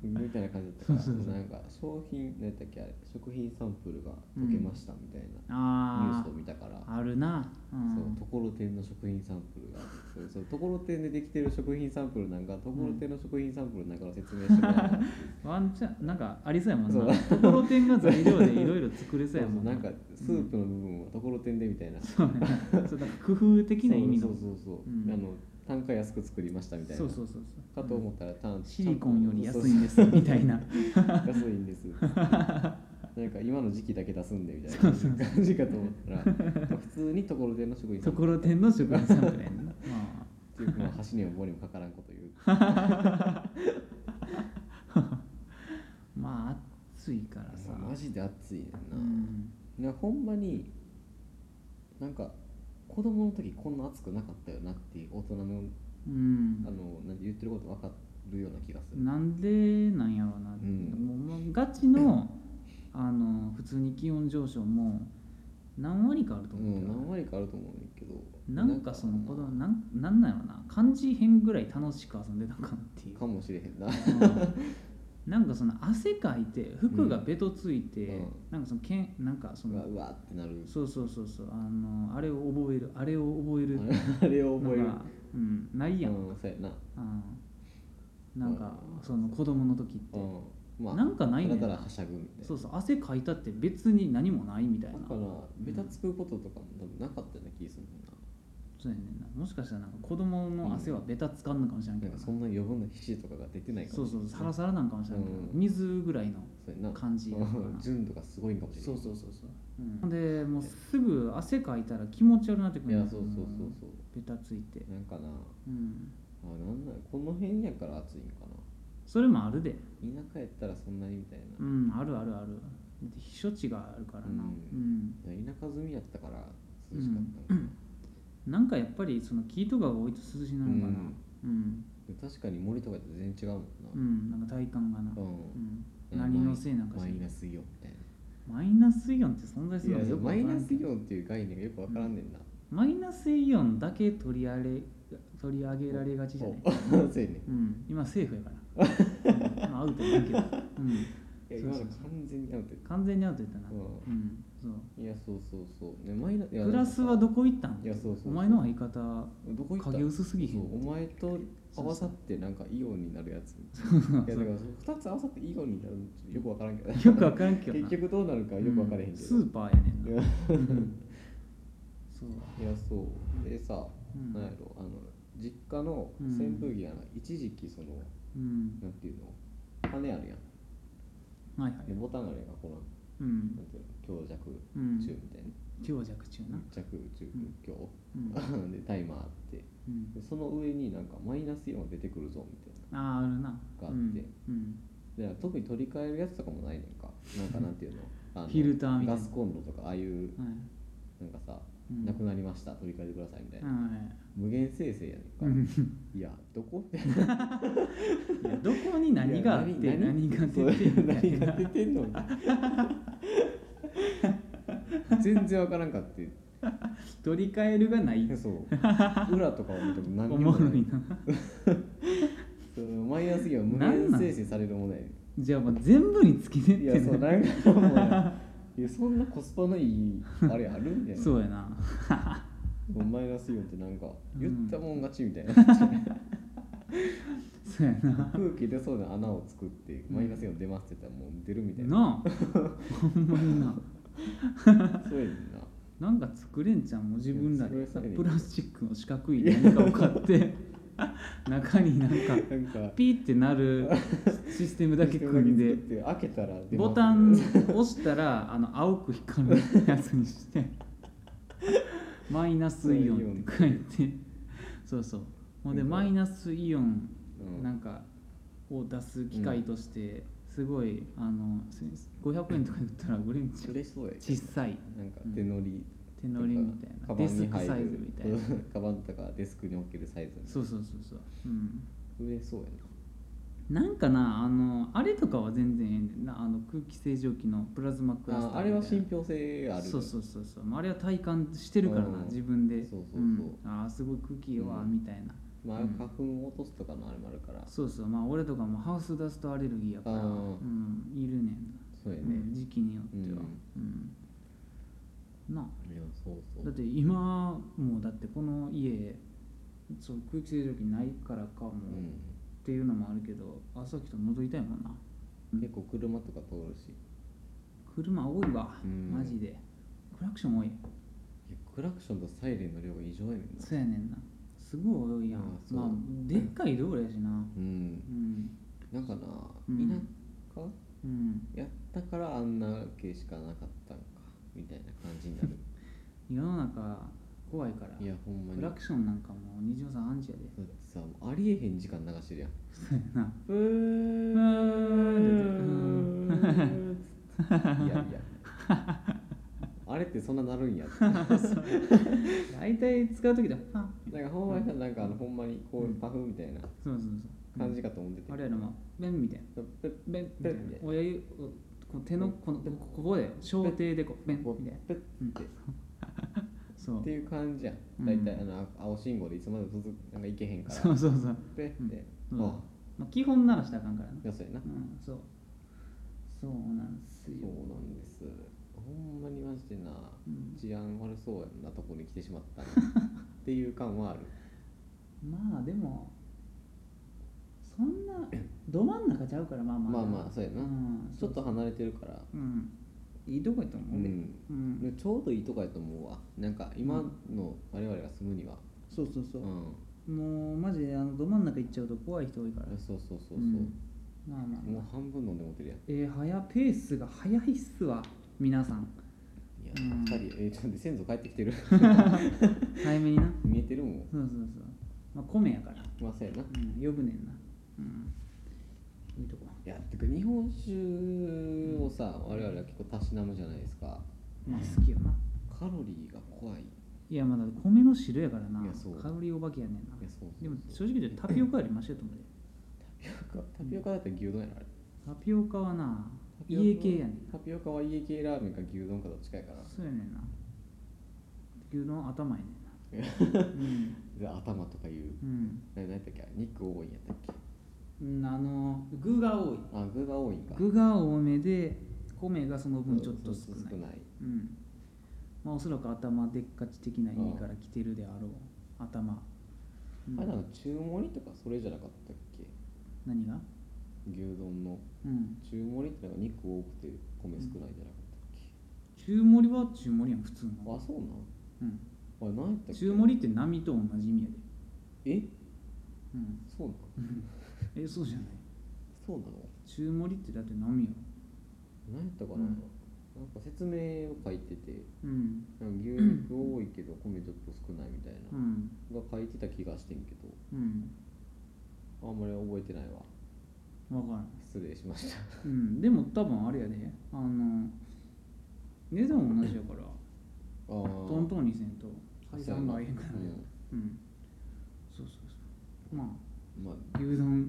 A: うん
B: みたいな感じだったから
A: そうそうそう
B: なんか商品何やったっけあれ食品サンプルが溶けましたみたいな、ニュー
A: あ
B: スを見たから、
A: ああるな、うん、
B: そうところてんの食品サンプルがそうそうところてんでできてる食品サンプルなんかところてんの食品サンプルなんかの説明してもらえない
A: ワンチャンなんかありそうやもんな
B: そ
A: ところてんが材料でいろいろ作 れそうやもん
B: なんかスープの部分はところてんでみたいな、
A: そうねそうなんか工夫的な意味の
B: そうそうそうそう、
A: うん
B: あの単価安く作りましたみたいな
A: そうそうそうそ
B: か
A: う
B: と思ったら単
A: シリコンより安いん
B: で
A: ですみたいな
B: 安い んですなんか今の時期だけ出すんでみたいな感じかと 思ったらまあ普通にところてんの食品サ
A: と
B: ンプ
A: こ
B: ル
A: ろてんの食品サンプルやんな、ま
B: っていうまあ箸にも棒にもかからんこと言う
A: あ、まあ暑いからさ、
B: マジで暑いねんな、
A: うん、
B: なほんまになんか子供の時こんな暑くなかったよなっていう大人の
A: う
B: あ
A: ん、
B: のなんて言ってること分かるような気がする、
A: なんでなんやろうな、
B: ん
A: もうもうガチのあの普通に気温上昇も何割かあると
B: う、
A: 思うんけど、
B: 何割かあると思うねんけど
A: なんかその子供なんなんなんやろな漢字編ぐらい楽しく遊んでたかっていう
B: かもしれへ んな
A: うんなんかその汗かいて服がべとついて、
B: うん
A: なんかそのけんなんかそう
B: わ
A: の
B: うわってなる
A: そうそうそうそうあのあれを覚えるあれを覚える
B: あれあれを覚える
A: なんかうんないやん、
B: うんそうやな
A: うんなんか
B: うん
A: その子供の時って、
B: うんま
A: なんかないねん
B: だらはしゃぐみたいな
A: そうそう汗かいたって別に何もないみたい
B: だ
A: な
B: からベタつくこととかも多分なかったような気がするもんな、
A: そうやねんなもしかしたらなんか子供の汗はべたつかんのかもしれんけど
B: なん
A: な、
B: かそんな余分な皮脂とかが出てないか
A: そう
B: もし
A: そ
B: れ
A: う
B: ない
A: サラサラなんかもしれんけど、
B: うん
A: 水ぐらいの
B: そうやな
A: 感じやから
B: うん純度がすごいんかもしれない
A: そうそうそうそう、うん、でもうすぐ汗かいたら気持ち悪くなってくる
B: いやそうそうそうそう
A: ベタついて
B: なんかな
A: うん
B: あなんなんこの辺やから暑いんかな
A: それもあるで
B: 田舎やったらそんなにみたいな、
A: うんあるあるある避暑地があるからな
B: う
A: うんん、
B: 田舎住みやったから涼しかったのかな、
A: なんかやっぱりその木とかが多いと涼しいなのかなうん、
B: 確かに森とかと全然違うもんな
A: うんなんか体感がな、
B: うん
A: うん
B: なんか
A: 何のせいなんか
B: マ
A: し
B: イ
A: ら
B: ナスイオンみたいな
A: マイナスイオンって存在するのか
B: いや
A: よくわ
B: マ
A: から
B: イ
A: んけど
B: ナスイオンっていう概念がよくわからんねんな、
A: マイナスイオンだけ取りあれ取り上げられがち じゃない
B: おそうやね
A: うん、今セーフや から、うんまあアウトやけど、うん、
B: いや
A: そう
B: 今
A: そ
B: の
A: うそう
B: 完全にアウトや
A: 完全にアウトやったな、
B: う
A: うんんそう
B: いやそうそうそうねマイナいや
A: プラスはどこ行ったん
B: いやそうそうそう
A: お前の相方
B: どこ行った
A: 影薄すぎへん
B: そうお前と合わさってなんかイオンになるやついやだからその二つ合わさってイオンになるのちょっとよくわからんけど
A: よくわからんけどな
B: 結局どうなるかよくわからへんけど、
A: スーパーやねん
B: い
A: な
B: や
A: うんそう
B: いやそうでさ、
A: うん
B: なんやろあの実家の扇風機が一時期その、
A: うん
B: なんていうの羽あるやん
A: はいはい
B: でボタンあるやんかこの
A: う
B: なん
A: ん
B: ていうの強弱
A: うん
B: 中みたいな、
A: 強弱中な
B: 弱中
A: ん
B: 強、
A: うん、
B: でタイマーあって
A: うん
B: で、その上になんかマイナスイオンが出てくるぞみたい
A: あああるな
B: があって
A: うん
B: なで特に取り替えるやつとかもないねんかなんかなんていうのあの
A: フィルターみたいな
B: ガスコンロとかああいう
A: うん、はい
B: なんかさ、
A: うん
B: なくなりました取り替えてくださいみたいな、
A: はい
B: 無限生成やねんか、
A: うん
B: いやどこ
A: いやどこに何があって
B: いや
A: 何が出てんだ
B: 何が
A: よ
B: 出てんの全然わからんかって
A: 取り替えるがない
B: そう裏とかを見ても
A: お
B: 何に
A: も
B: も
A: ろ
B: ないい
A: な
B: そのマイナスイオン無
A: なんなん
B: 限生成されるものやね
A: じゃあもう全部につきねっ
B: ん
A: て
B: い
A: ね
B: やそうなんかもういやそんなコスパのいいあれあるみたいな
A: そうやな
B: もうマイナスイオンってなんか
A: うん
B: 言ったもん勝ちみたいな、
A: そうやな
B: 空気出そうな穴を作ってマイナスイオン出ますって言ったらもう出るみたいな
A: なあほんまにな
B: そうやねんな
A: なんか作れんじゃんもう自分ら
B: い
A: で
B: やそれさ
A: プラスチックの四角い何かを買って中になんか
B: なんか
A: ピーってなるシステムだけ組んで
B: で開けたら出ます
A: ボタン押したらあの青く光るやつに してマイナスイオンって書いてそうそうほんでマイナスイオン
B: うん
A: なんかを出す機械としてすごいあのせ500円とかで売ったら売れんちゃう
B: 嬉しそうやけ
A: 小
B: ど
A: さい
B: なんか手乗り
A: 手乗りみたいな
B: とかカバ
A: デ
B: ン
A: ス
B: に
A: ク
B: 入る
A: サイズみたいな
B: カバンとかデスクに置けるサイズみたい
A: そうそうそうそううん
B: な売れそうや
A: なんかなあのあれとかは全然ええねんなあの空気清浄機のプラズマクラスター
B: なああれは
A: みたいな
B: 信憑性ある
A: そうそうそうそうまああれは体感してるからな、
B: うん
A: 自分で
B: そうそうそう
A: うんああすごい空気は、
B: うん
A: みたいな
B: まあ
A: うん
B: 花粉を落とすとかのあれもあるから
A: そうそうまあ俺とかもハウスダストアレルギーやから、
B: あ
A: う
B: ー
A: ん、いるねん
B: そうや
A: う
B: ね、
A: ん時期によっては、うんなあ
B: いやそうそう
A: だって今もうだってこの家そう空気清浄機ないからかも、
B: うん
A: っていうのもあるけど朝来たら喉痛いもんな
B: 結構車とか通るし
A: 車多いわ、
B: うん
A: マジでクラクション多い
B: いやクラクションとサイレンの量が異常やねんな
A: そうやねんなすごい多いやん、
B: あそう
A: まあでっかい道路やしな
B: う
A: う
B: ん
A: ん
B: なんかな、
A: うん
B: 田舎
A: うん
B: やったからあんな系しかなかったんかみたいな感じになる
A: 世の中怖いから
B: いやほんまに
A: クラ
B: だっ
A: クションなんかもう二条さんアンチやで
B: てさありえへん時間流してるやん
A: そうやな
B: うーん
A: うー
B: い やいやあれってそんななるんやって
A: 大体使う時だあ
B: なんかほんまにさなんかあのほんまにこうパフみたいな
A: そうそうそう
B: 感じかと思ってて、
A: あれやろまあベンみたいな
B: ペッ
A: ベンみたいな
B: ベンみたい
A: 親指をこう手のこのこここで小手でこうベン
B: こう
A: みたいな
B: ペッって
A: そう
B: っていう感じやん
A: うん
B: 大体あの青信号でいつまでも続くなんか行けへんから
A: そうそうそう、
B: ペッて、
A: うん
B: あ
A: まあ、基本ならしたらあかんからな
B: あそうやな
A: うんそうそうなんす
B: そ
A: よ
B: うなんですほんまにマジでな
A: うん
B: 治安悪そうやなとこに来てしまっ たなっていう感はある
A: まあでもそんなど真ん中ちゃうからまあまあ
B: まあまあそうやな
A: うん
B: ちょっと離れてるから
A: うんいいとこやと
B: う
A: 思うで
B: ん
A: うん、
B: ちょうどいいとこやと思うわなんか今の我々が住むには
A: そうそうそうう、
B: ん
A: もうマジであのど真ん中行っちゃうと怖い人多いから
B: そうそうそうそう
A: うんまあまあ
B: も
A: ま
B: う
A: あ
B: 半分飲んでもうてるやん
A: えー、早ペースが早いっすわ皆さん
B: いや
A: うん
B: 二人えちょっと待って先祖帰ってきてる
A: 早めにな
B: 見えてるもん
A: そうそうそうまあ米やから
B: まあそうやな
A: うん呼ぶねんなうんいいとこ
B: いやてか日本酒をさ我々は結構たしなむじゃないですか
A: まあ好きよな
B: カロリーが怖いい
A: いやまだ米の汁やからない
B: やそう
A: 香りお化けやねんな
B: やそうそうそう
A: でも正直言うとタピオカよりマシやと思うで
B: タピオカタピオカだったら牛丼やろあれ
A: タピオカはな
B: タピオカは
A: 家系やねん
B: タピオカは家系ラーメンか牛丼かどっちかやから
A: そうやねんな牛丼頭や ねんなうん
B: で頭とかいう
A: うん
B: な何やったっけ肉多いんやったっけ
A: うんあの具が多い
B: あ具が多いんか
A: 具が多めで米がその
B: そう
A: 分ちょっと少
B: そう
A: な
B: 少
A: い
B: ない
A: うんまあおそらく頭でっかち的な意味から来てるであろう頭、うん
B: あれなんか中盛りとかそれじゃなかったっけ
A: 何が
B: 牛丼の
A: うん
B: 中盛りってなんか肉多くて米少ないじゃなかったっけ、
A: 中盛りは中盛りやん普通の、
B: あそうなん
A: うん、
B: あれ何やったっけ
A: 中盛りって波と同じ意味やで、
B: え
A: うん、
B: そうなの
A: えそうじゃない
B: そうなの
A: 中盛りってだって波よ
B: 何やったかな、
A: うん
B: なんか説明を書いてて
A: うん
B: なんか牛肉多いけど米ちょっと少ないみたいな
A: う、ん
B: が書いてた気がしてんけど
A: うん
B: あんまり覚えてないわ
A: 分からん
B: 失礼しま した
A: うんでも多分あれやであの値段も同じやから
B: ああ
A: トントンにせんと
B: あ
A: 解
B: そうや
A: 散
B: な
A: がえへんからね
B: う
A: うんそうそうそうまあ
B: んま
A: 牛丼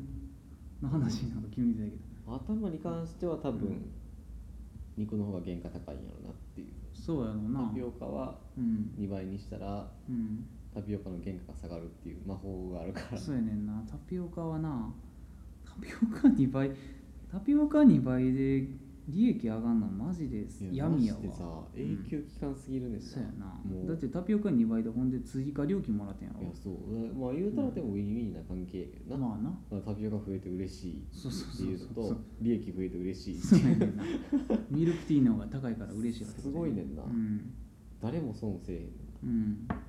A: の話なんか急に出たけど
B: あ頭に関しては多分、
A: うん
B: 肉の方が原価高いんやろなっていう
A: そうやろ
B: タ
A: な
B: ピオカは
A: うん
B: 2倍にしたら
A: うん
B: タピオカの原価が下がるっていう魔法があるから
A: そうやねんなタピオカはなタピオカ2倍タピオカ2倍で利益上がんのマジで
B: いマ
A: 闇
B: ジ
A: やわ
B: でさ永久期間すぎるねん
A: そうやな
B: もう
A: だってタピオカ2倍でほんで追加料金もらってんや
B: いや
A: ろ
B: そうまあ言うたらでもウィンウィンな関係やけどな、
A: まあな
B: まあタピオカ増えて嬉しい
A: そうそう
B: って
A: そ
B: いうう
A: そ
B: の
A: う
B: と利益増えて嬉しい
A: そうやねんな ミルクティーの方が高いから嬉しいわけ
B: すごいねんな、
A: うん
B: 誰も損せえへんね
A: う
B: ん
A: ん
B: なも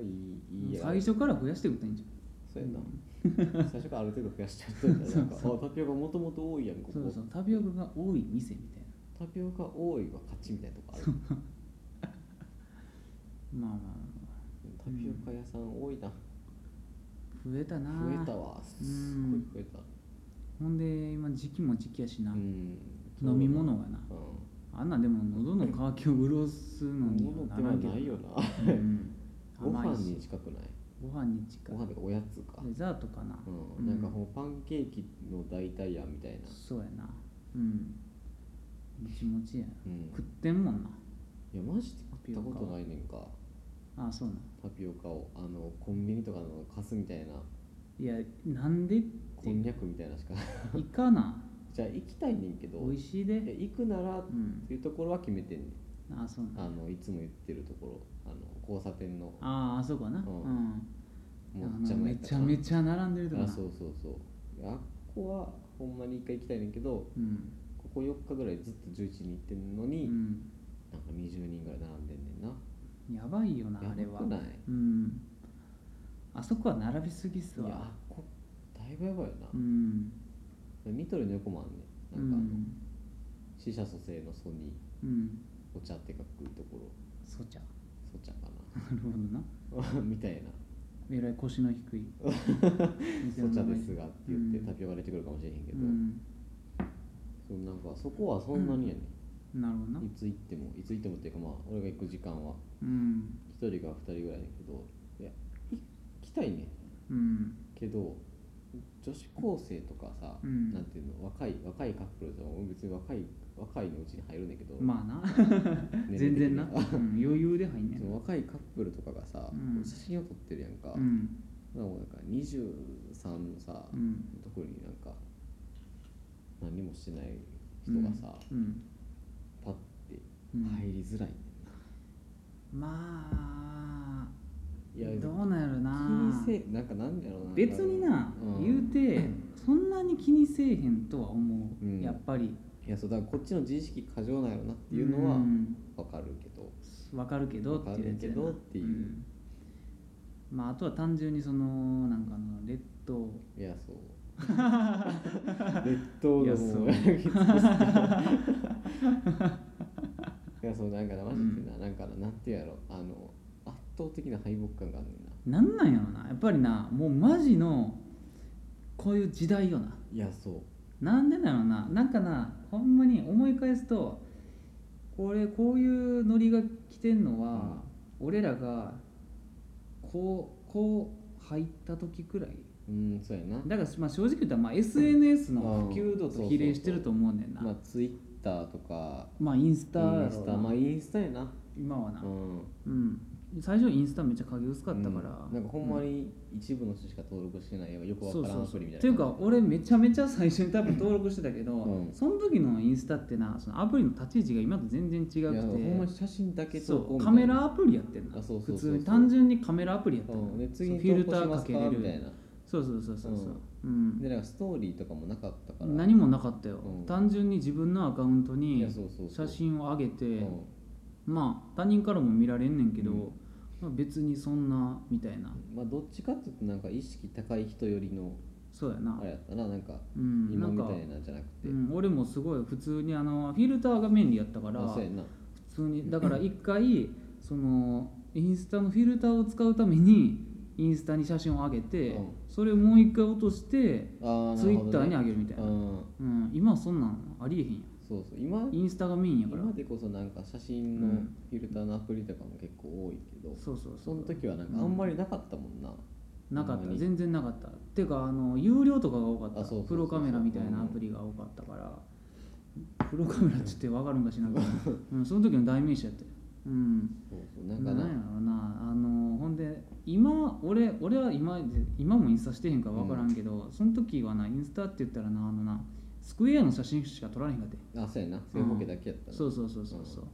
B: ういいいいや
A: 最初から増やしていったらいいんじゃん
B: そうやな最初からある程度増やして やったんだなんかあタピオカもともと多いやんここ
A: そうそうタピオカが多い店みたいな
B: タピオカ多いは勝ちみたいなとこある
A: まあまあま
B: タピオカ屋さん多いな
A: あ増えたな
B: 増えたわすっごい増えた
A: ほんで今時期も時期やしな、
B: うん
A: 飲み物がな
B: う
A: あんなでも喉の渇きを潤す
B: ん
A: の
B: 飲み
A: に
B: 物
A: は
B: っ
A: な
B: ての
A: ら
B: は
A: んけど
B: ないよな
A: うん
B: ご
A: 甘い
B: 飯
A: し
B: に近くない
A: ご飯に近い
B: ご飯とかおやつか
A: デザートかな、
B: うんなんかこのパンケーキの代替やみたいな
A: そうやなうんもちもちやな
B: うん
A: 食ってんもんない
B: やマジで食ったことないねんか
A: あそうなん
B: タピオカをあのコンビニとかのカスみたいない
A: やなんでっ
B: こ
A: て
B: んにゃくみたいなしか
A: 行かな
B: じゃあ行きたいねんけど
A: 美味しい
B: いや
A: で
B: 行くならっ
A: うん
B: ていうところは決めてんねん
A: あそうなん
B: あのいつも言ってるところあの交差点のも
A: あああそこはなう
B: うんう
A: あの
B: 邪魔
A: め
B: やった
A: ちゃめちゃ並んでるとこ
B: あ
A: な
B: そうそうそうあっこはほんまに一回行きたいねんけど
A: うん
B: ここ4日ぐらいずっと11人行ってんの
A: う
B: に、
A: ん
B: なんか20人ぐらい並んでんねんな
A: やばいよなあれ
B: やば
A: は
B: くない
A: うんあそこは並びすぎっす
B: いや
A: わ
B: あっこだいぶやばいよな、
A: うん
B: ニトリの横もあ
A: うん
B: ねんなんかあの、
A: ん
B: 死者蘇生のソニ
A: う
B: ー
A: ん
B: お茶って書くところ
A: そう ちゃ
B: ソチャか
A: なるほどな
B: なみたいな
A: えらい腰の 低い
B: 「
A: 店
B: ソ
A: の
B: チ
A: 名
B: ャ
A: 前
B: ですが」って言って
A: うん
B: タピオカ出てくるかもしれへんけ
A: う
B: ど、
A: ん
B: そのなんかそこはそんなにやね、、
A: なるほどなん
B: いつ行ってもいつ行ってもっていうかまあ俺が行く時間は
A: うん
B: 1人が2人ぐらいだけどいや行きたいねん
A: うん
B: けど女子高生とかさ、
A: うん
B: なんていうの若い若いカップルとかも別に若い若いのうちに入るんだけど、
A: まあな
B: 年
A: 全
B: 齢的
A: 然
B: に
A: な、
B: は
A: うん、余裕で入んね
B: そ
A: ん
B: の若いカップルとかがさ、
A: うん
B: 写真を撮ってるやんか、
A: うん
B: なんか23のさ、
A: うん
B: 特になんか何もしてない人がさ、
A: うん
B: パッて
A: うん
B: 入りづらい、
A: まあ
B: いや
A: どうなんやろな
B: 気にせなんかなんだろうな
A: 別にな、
B: うん
A: 言うてそんなに気にせえへんとは思う、
B: うん
A: やっぱり
B: いやそうだからこっちの自意識過剰なんやろなっていうのは
A: うん
B: わかるけど、
A: わかるけどっていうやつやな
B: わかるけどっていうん
A: まああとは単純にそのなんかあの劣等
B: いや そう劣等
A: いや
B: の
A: そ
B: も
A: う
B: うきつ いっすけどいやそうなんかなマジでな、なんかななんていうやろあの圧倒的な敗北感があるねんな
A: なんなんやろなやっぱりなもうマジのこういう時代よない
B: やそう
A: なんでなのななんかなほんまに思い返すとこれこういうノリが来てんのは、俺らがこうこう入った時くらい
B: うんそうやな
A: だからまあ正直言ったらまあ SNS の
B: うん
A: 普及度と比例してると思うねんな、
B: まあツイッターとか
A: まあインスタやろ
B: イ
A: な
B: ンスタまあインスタやな
A: 今はな
B: う、ん
A: うん、最初インスタめっちゃ影薄かったから、
B: うんなんかほんまに一部の人しか登録してないよくわ
A: そう
B: から
A: そ
B: ん
A: う
B: ア
A: そ
B: プ
A: う
B: リみ
A: って
B: た
A: い
B: いうな
A: か俺めちゃめちゃ最初に多分登録してたけど、
B: うん
A: その時のインスタってなそのアプリの立ち位置が今と全然違くて
B: いやほんまに写真だけ
A: そ
B: 投稿
A: うカ
B: みたいな
A: メラアプリやってんな
B: あそうそうそうそう
A: 普通に単純にカメラアプリやってん
B: う
A: の、
B: んで
A: そう
B: 次
A: フ
B: に
A: ィルタ
B: 投
A: ー
B: 稿し
A: か
B: ます
A: け
B: か
A: れ
B: みたい
A: る
B: な
A: そうそうそうそうそううん、
B: でなんかストーリーとかもなかったから
A: 何もなかったよ、
B: うん
A: 単純に自分のアカウント
B: い
A: に
B: やそうそうそ
A: 写
B: う
A: 真を上げ
B: う
A: て
B: ん
A: まあ他人からも見られんねんけど、
B: うん
A: まあ、別にそんなみたいな
B: まあどっちかっていうとなんか意識高い人よりの
A: そうやな
B: あれやったななんか
A: うん
B: 今
A: なん
B: み
A: か
B: たいなんじゃなくて
A: うん、俺もすごい普通にあのフィルターがメインでやったから
B: あそうやんな
A: 普通にだから一回そのインスタのフィルターを使うためにインスタに写真を上げて、
B: うん
A: それをもう一回落として
B: あーな
A: ツ
B: る
A: イ
B: ほ
A: ッタ
B: ど
A: ー
B: ね
A: に上げるみたいな、
B: うん
A: うん、今はそんなんありえへんや
B: そうそう今
A: んインスタがメインやから
B: 今でこそなんか写真
A: う
B: の
A: ん
B: フィルターのアプリとかも結構多いけど
A: そうそうそ
B: そうの時はなんかあんまりなかったもんな
A: なか
B: ほ
A: っ
B: ん
A: た
B: まに
A: 全然なかったてかあの有料とかが多かった
B: あそうそうそう
A: プロカメラみたいなアプリが多かったから、プロカメラっつって分かるんかしな かった、うん、その時の代名詞やったようん
B: そうそう
A: な
B: なんんか
A: や
B: な
A: ろなあのほんで今俺俺は今今もインスタしてへんから分からんけど、その時はなインスタって言ったらなあのなスクエアの写真しか撮られへんかって
B: あそうやな正方形だけやったな
A: そうそうそうそうそう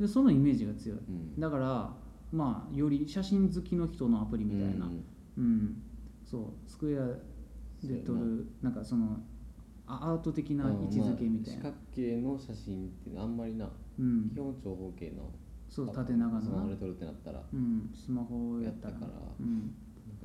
A: でそのイメージが強い
B: うん
A: だからまあより写真好きの人のアプリみたいな
B: う
A: うん
B: ん、
A: そうスクエアで撮るなんかそのあアート的な位置づけみたいな、
B: まあ四角形の写真ってあんまりな
A: うん
B: 基本長方形の
A: そう縦長の
B: スマホ
A: な
B: で撮るってなったらなんか
A: うんスマホやったら
B: やったから
A: うん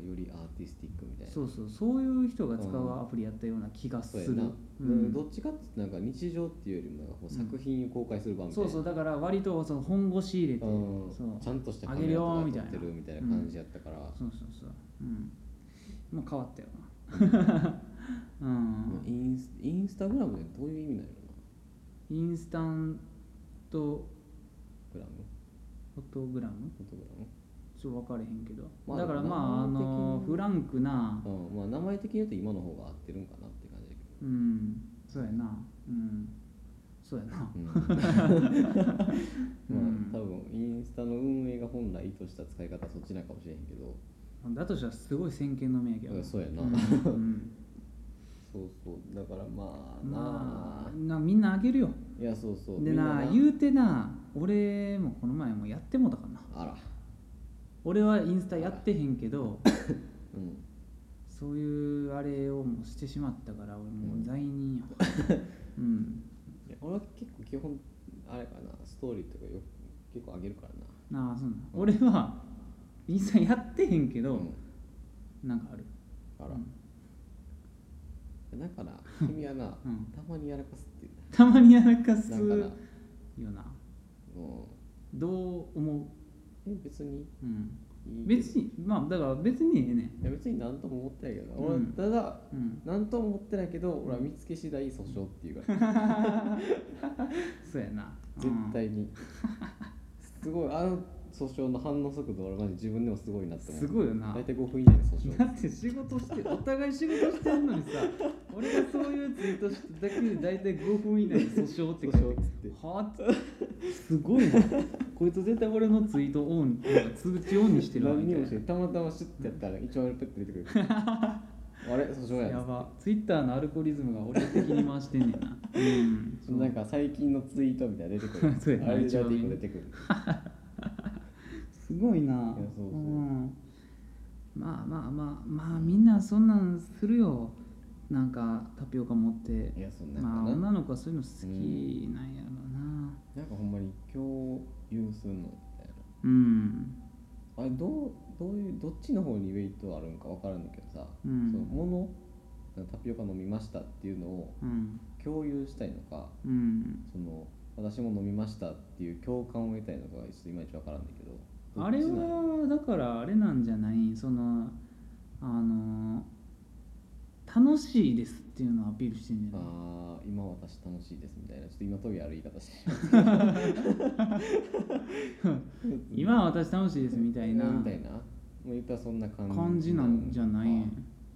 B: よりアーティスティックみたいな
A: そうそうそういう人が使
B: う
A: うんアプリやったような気がす
B: そうや
A: る、
B: な、
A: うん
B: どっちかっていうとなんか日常っていうよりもなんかこう作品を公開する場みたい
A: そ
B: な、
A: うそうだから割とその本腰入れて、
B: うん
A: そう
B: ちゃんとした
A: あ
B: カ
A: げる
B: メラ
A: よ
B: と
A: ー
B: か
A: み
B: 撮
A: たい
B: っ
A: な
B: てるみたいな感じやったから、
A: そうそうそううんもう変わったよ なうん
B: まあ、インスインスタグラムってどういう意味なんやろな
A: インスタント
B: グラム
A: フォトグラム
B: フォトグ
A: ちょっと分かれへんけど、
B: まあ
A: だからまああ
B: 名前的に
A: のフランクな
B: ラム、うんまあ、名前的に言うと今の方が合ってるんかなって感じだけど
A: うんそうやなうんそうやな
B: うんま
A: うん
B: あ多分インスタの運営が本来意図した使い方はそっちなんかもしれへんけど
A: だとしたらすごい先見の明やけど
B: うんそうやな
A: うんうん
B: そうそうだからま あな
A: ま
B: あ
A: あなみんなあげるよ
B: いやそうそう
A: で
B: みん
A: な言うてな俺もこの前もやってもうたかな
B: あら
A: 俺はインスタやってへんけ ど
B: うん
A: そういうあれをもうしてしまったから俺も
B: う
A: うん罪人やわ うん
B: いや俺は結構基本あれかなストーリーとかよく結構上げるからな
A: なあそうなん
B: うん
A: 俺はインスタやってへんけど、
B: ん
A: なんかある
B: あら、
A: うん
B: だから君はな、
A: うん
B: たまにやらかすっていう
A: たまにやらかす
B: ななんかな
A: よな
B: も
A: どう思
B: うえ別に
A: う、うん、
B: いいけど
A: 別にまあだから別にええねん
B: いや別に何とも思ってないけどな、
A: う
B: 俺
A: ん
B: ただ
A: うん
B: 何とも思ってないけど俺は見つけ次第訴訟っていうから
A: そうやな
B: 絶対にすごいあの訴訟の反応速度俺マジ自分でもすごいなって思
A: す
B: う
A: ごいよな
B: 大体5分以内 の訴
A: うん
B: 訟
A: だって仕事してお互い仕事してんのに さ俺がそういうツイートしただけで大体5分以内に訴訟って書いて
B: 訴訟っつって
A: はあってすごいなこいつ絶対俺のツイートオンなんか通知オンにしてるわ
B: 何
A: みたい
B: にも
A: な
B: してないたまたまシュッてやったら一番ペッて出てくる あれ訴訟や
A: や
B: な
A: ばツイッターのアルコリズムが俺的に回してんねんなうんそう
B: なんか最近のツイートみたいなの出てくる
A: そうやな
B: あれで
A: 一
B: 大
A: 番上
B: 体一
A: に
B: 個出てくる
A: すごいな、
B: そうそうん
A: まあまあまあまあみんなそんなんするよなんかタピオカ持って
B: いやそんなんか
A: まあ
B: な
A: 女の子はそういうの好きなんやろな
B: なんかほんまに共有するのみたいな
A: うん
B: あれどうどういうどっちの方にウェイトあるんか分からんだけどさ、
A: うん
B: そのものタピオカ飲みましたっていうのを
A: うん
B: 共有したいのか
A: うん
B: その私も飲みましたっていう共感を得たいのかがちょっといまいち分からんだけど
A: あれ
B: どっちなの
A: はだからあれなんじゃないそのあの楽しいですっていうのをアピールしてんじゃない
B: あー今私楽しいですみたいなちょっと今トゲある言い方してる
A: 今は私楽しいですみたいな
B: みたいなもう言ったらそんな感じ
A: 感じなんじゃない
B: のか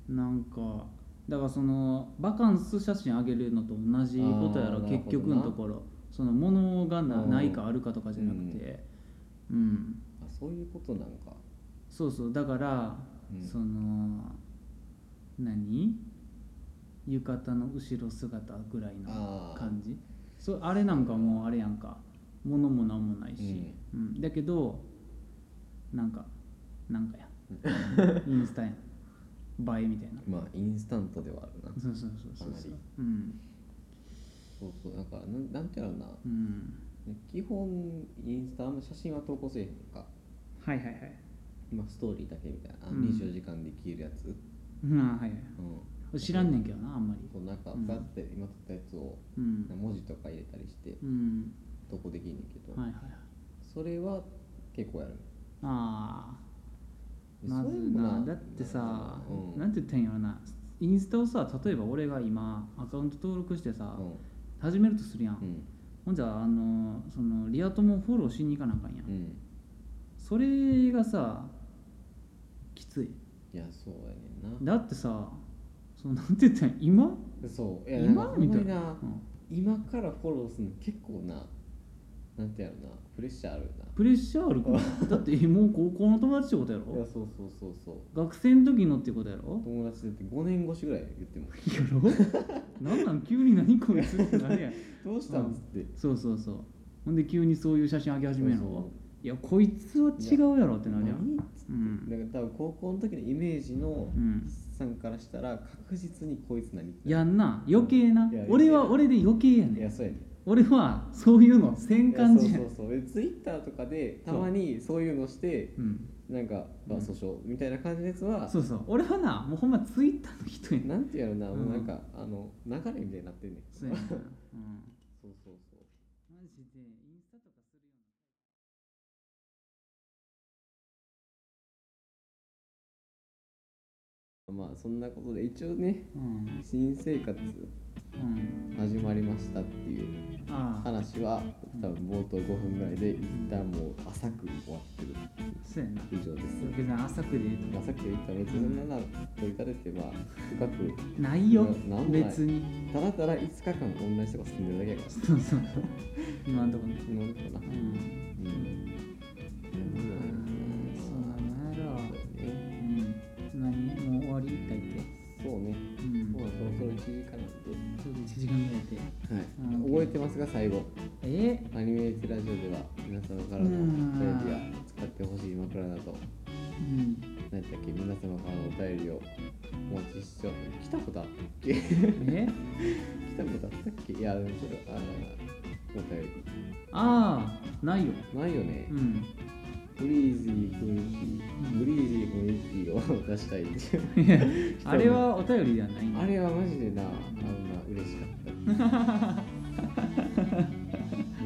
A: なんかだからそのバカンス写真あげるのと同じことやろ
B: あーなるほどな
A: 結局のところそのものがな
B: うん
A: ないかあるかとかじゃなくてうん、
B: あそういうことなんか
A: そうそうだから、
B: うん
A: その何浴衣の後ろ姿ぐらいの
B: あー
A: 感じそうあれなんかもうあれやんか物も何もないし、うんだけどなんかなんか やインスタやん映えみたいな
B: まあインスタントではあるな
A: そうそうそうそうそう
B: かな
A: うん
B: そうそうなんかなんなんていうのかな
A: うん
B: 基本インスタあんま写真は投稿せえへんか
A: はいはいはい
B: 今ストーリーだけみたいな、あ
A: うん
B: 24時間で消えるやつ、
A: うんあはいは
B: う
A: い知らんねんけどなあんまり
B: そうなんか
A: うん
B: バッて今撮ったやつを
A: うん
B: 文字とか入れたりして
A: うん
B: 投稿できんねんけど、
A: はいはいはい
B: それは結構やる
A: ああ
B: で
A: ま
B: そ
A: ず
B: れも
A: なだってさ、
B: うん
A: なんて言ったんやろなインスタをさ例えば俺が今アカウント登録してさ、
B: うん
A: 始めるとするやん、
B: うん
A: ほんじゃあのそのリア友フォローしに行かなあかんやん、
B: うん
A: それがさきつい
B: いやそうやねんな
A: だってさそのなんて言ったんや今、
B: そういやなんか
A: 今
B: ほん
A: み
B: ま
A: たい
B: に
A: な
B: な
A: うん
B: 今からフォローするの結構ななんてやろなプレッシャーあるよ
A: プレッシャーあるかだってえもう高校の友達ってことや
B: ないや
A: ろ
B: そうそうそうそう
A: 学生の時のってことやろ
B: 友達だって5年越しぐらい 言っても
A: やろなんなん急に何こいつってなるやん
B: どうしたんっつって
A: そうそうそうほんで急にそういう写真上げ始めるの
B: そうそう
A: いやこいつは違うやろってなるやん
B: 何っつって、
A: うん
B: だから多分高校の時のイメージの
A: うん
B: 筆さんからしたら確実にこいつ何
A: やんな余計ない
B: や
A: 俺は俺で余計や
B: い
A: ね
B: や
A: ん
B: そうやね
A: 俺はそういうのせん感じ
B: い
A: や
B: や
A: ね
B: そ
A: ん
B: うそうそうツイッターとかでたまにそういうのして
A: うん
B: なんか
A: うん
B: まあ訴訟みたいな感じのやつは、
A: そうそう俺はなもうほんまツイッターの人やねん
B: なんていうのかな、
A: うん
B: もうなんかあの流れみたいになってんねん
A: そうやねんな、うん、
B: そうそうそう
A: マジでインスタとかするよ
B: まあそんなことで一応ね
A: うな
B: 新生活
A: うんうん
B: 始まりましたっていう
A: ああ
B: 話は多分冒頭5分ぐらいで一旦もう浅く終わってる
A: そうやな
B: 以上です。
A: 別に浅くで言う
B: まあ、さっき言った別に7取り立ててまあ深く
A: とないよ
B: ななんもない
A: 別に
B: ただただ5日間同じとこ住んでるだけやから
A: そうそう今んとこね
B: 今のとこな。
A: う
B: うん
A: んそうなんやろうん何もう終わりだっ
B: そうね。
A: けうん
B: もうそろそろ1時間なんで。
A: ちょうど1時間ぐらいで
B: はい、覚えてますが最後
A: え
B: アニメーテラジオでは皆様からのお便りや使ってほしい枕な
A: う
B: ど
A: ん
B: 何だっけ皆様からのお便りをお待ちしており来たことあったっけ来
A: え
B: たことあったっけいやでもちょっとあのお便
A: ああないよ
B: りないよね
A: う、 ん
B: ブリーズー雰囲気ブリーズー雰囲気を出したいっていう
A: いやあれはお便りではないんだ
B: あれはマジでなあんな嬉しかった ブ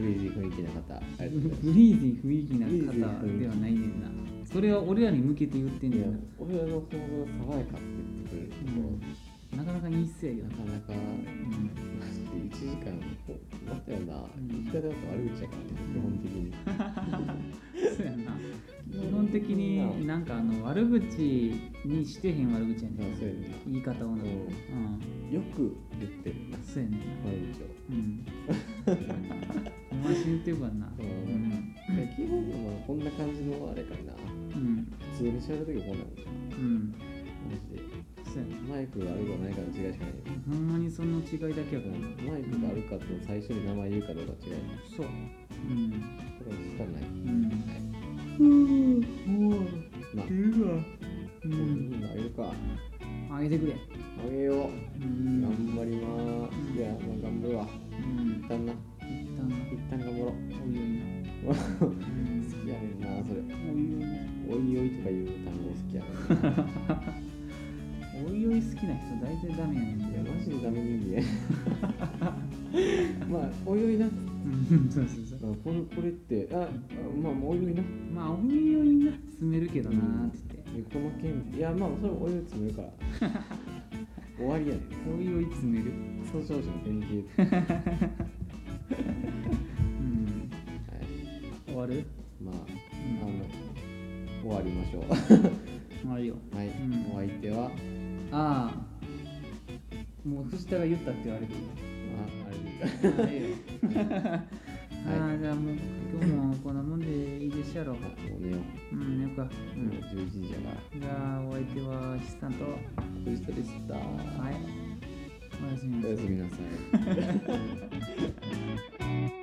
B: リーズー雰囲気の方ありがとうございます
A: ブリーズィー雰囲気な
B: ブリーズィー
A: 方
B: 雰囲気
A: ではないねんなそれは俺らに向けて言ってん
B: い
A: ね
B: や
A: ん
B: 俺の行動爽やかって言ってくれるとこ
A: ななかなかいいっすやけど
B: ろ、
A: な
B: なか
A: う
B: なか
A: ん
B: マジで1時間待ったよな言い方だと悪口やからね基本的に
A: そうやな基本的になんかあの悪口にしてへん悪口やね
B: あそうんやね
A: 言い方をな
B: う
A: うんん
B: よく言ってるな
A: そうやねんな
B: 悪口を
A: うん お前死んでるからな
B: う
A: うんん
B: いや基本はこんな感じのあれからな
A: うん
B: 普通にしゃべるときはこんなんだよ
A: うん
B: マジで
A: そうやな
B: マイクがあるかないかの違いしかないよ
A: ほんまにその違いだけやからな
B: マイクがあるかと最初に名前言うかどうか違いない
A: そううん
B: これはしかない
A: うん
B: うんもうな
A: 出るわう
B: コーヒ
A: ん
B: ーあげるか
A: あげてくれ
B: あげよう
A: うん
B: 頑張りまーす。じゃあ、もう頑張るわ。
A: うん
B: 一旦な。
A: 一旦な
B: 一旦頑張ろう。
A: おい おいな
B: 好
A: うん
B: きやねんな、それ。
A: おいおいな
B: おいおいとかいう単語好きやねんな。
A: おいおい好きな人大体ダメやねん
B: いや、マジでダメ人間。 まあ、おいおいな。
A: うんそうそうそう
B: これこれって、あ、あまあ、おいおいな。
A: まあおいおいなって詰めるけどなーって言って
B: でこの件、いや、まあ、それおいおい詰め るから。終わりやねん。
A: おいおい詰める
B: 総称者の典型。
A: うん
B: はい。
A: 終わる
B: まあ、
A: うん
B: あの、終わりましょう。
A: 終わるよ
B: はい。
A: うん
B: お相手は、
A: ああもう藤田が言ったって言われてる
B: あ、あれですか。
A: あれよああじゃあもう今日もこんなもんでいいでっしゃろ
B: あもう寝よう。
A: うんよかう
B: うん、
A: ん
B: 11時やから。
A: じゃあお相手は岸さんとは
B: 藤田でした。
A: いおやすみな
B: お
A: さい
B: やすみなさい。